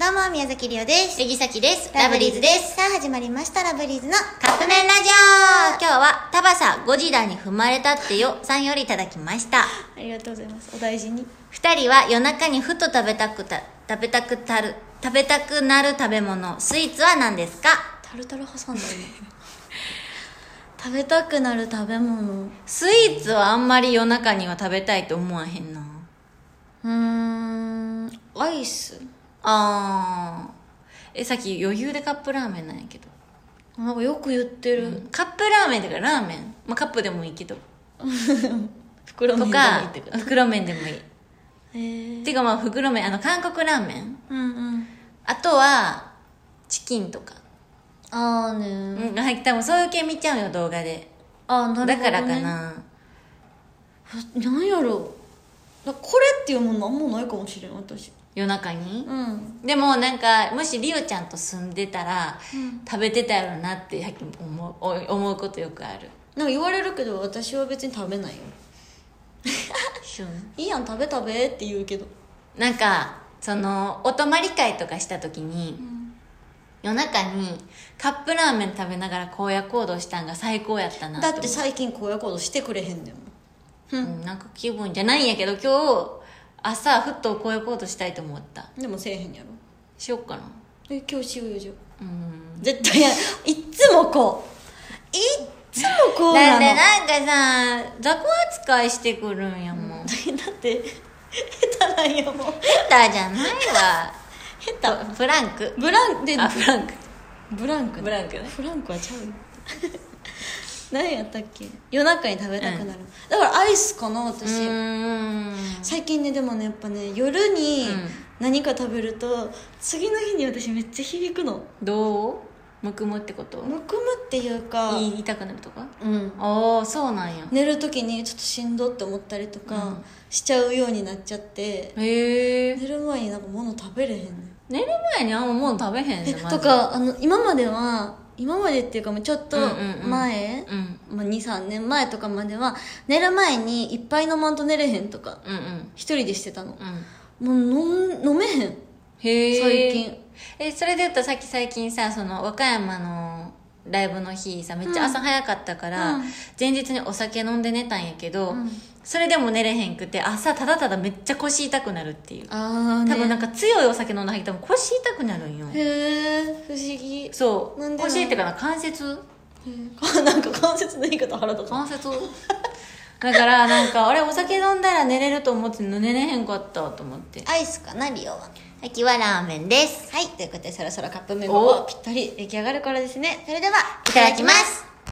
どうも、宮崎りおです。杉崎です。す。さあ、始まりました、ラブリーズのカップ麺ラジオ今日は、タバサゴジラに踏まれたってよさんよりいただきました。ありがとうございます。お大事に。二人は夜中にふと食べたくた、食べたくたる、食べたくなる食べ物、スイーツは何ですかタルタル挟んだ今。 食べたくなる食べ物。うスイーツはあんまり夜中には食べたいと思わへんな。ーん、アイスあー。え、さっき余裕でカップラーメンなんやけど。なんかよく言ってる。カップラーメンとかラーメン。まあ、カップでもいいけど。袋との中かに入って、る袋麺でもいい。へーていうかまあ、袋麺、あの、韓国ラーメンうんうん。あとは、チキンとか。あーねうー。ん、はい、多分そういう系見ちゃうよ、動画で。あー、なるだほど、ね。からか。な。なんやろう。だこれっていうもんなんもないかもしれん、私。夜中にう。ん。でもなんか、もしリオちゃんと住んでたら、うん食べてたやろなって、やっき思う、お思うことよくある。なんか言われるけど、私は別に食べないよ。いいやん、食べ食べって言うけど。なんか、その、お泊まり会とかした時に、夜中にカップラーメン食べながら荒野行動したんが最高やったなだとって最近荒野行動してくれへんねんもんうん、なんか気分じゃないんやけど今日朝ふっと荒野行動したいと思ったでもせえへんやろしよっかなえ今日しようよじゃあうん絶対やいっつもこういっつもこうだなっのてなんかさ雑魚扱いしてくるんやもん、下 だって下手なんやもん手じゃないわ下手ブランクブランであブランクブランクねブランクねフランクはちゃうよ 何やったっけ夜中に食べたくなる、だからアイスかなう私、ーん最近ねでもねやっぱね夜にうん何か食べると、次の日に私めっちゃ響くのどうむくむってことむくむっていうか言いたくなるとかうんああそうなんや寝る時にちょっとしんどって思ったりとかしちゃうようになっちゃって、へえ寝る前になんか物食べれへんねん寝る前にあんまもう食べへんえねんとかあの今までは今までっていうかもうちょっとうんうんうん前、うんまあ、23年前とかまでは寝る前にいっぱい飲まんと寝れへんとかうんうん一人でしてたのうんもう飲ん飲めへんへえ最近えそれで言うとさっき最近さその和歌山のライブの日さめっちゃ朝早かったから、うん前日にお酒飲んで寝たんやけど、うんそれでも寝れへんくて朝ただただめっちゃ腰痛くなるっていうああ、ね、多分なんか強いお酒飲んだら多分腰痛くなるんよへえ不思議そうなんでなん腰っていうかな関節へーなんか関節の言い方腹立つ関節だからなんかあれお酒飲んだら寝れると思って寝れへんかったと思ってアイスかなリオはさっきはラーメンですはい、ということでそろそろカップ麺もおぴったり出来上がる頃ですね。それでは、いただきます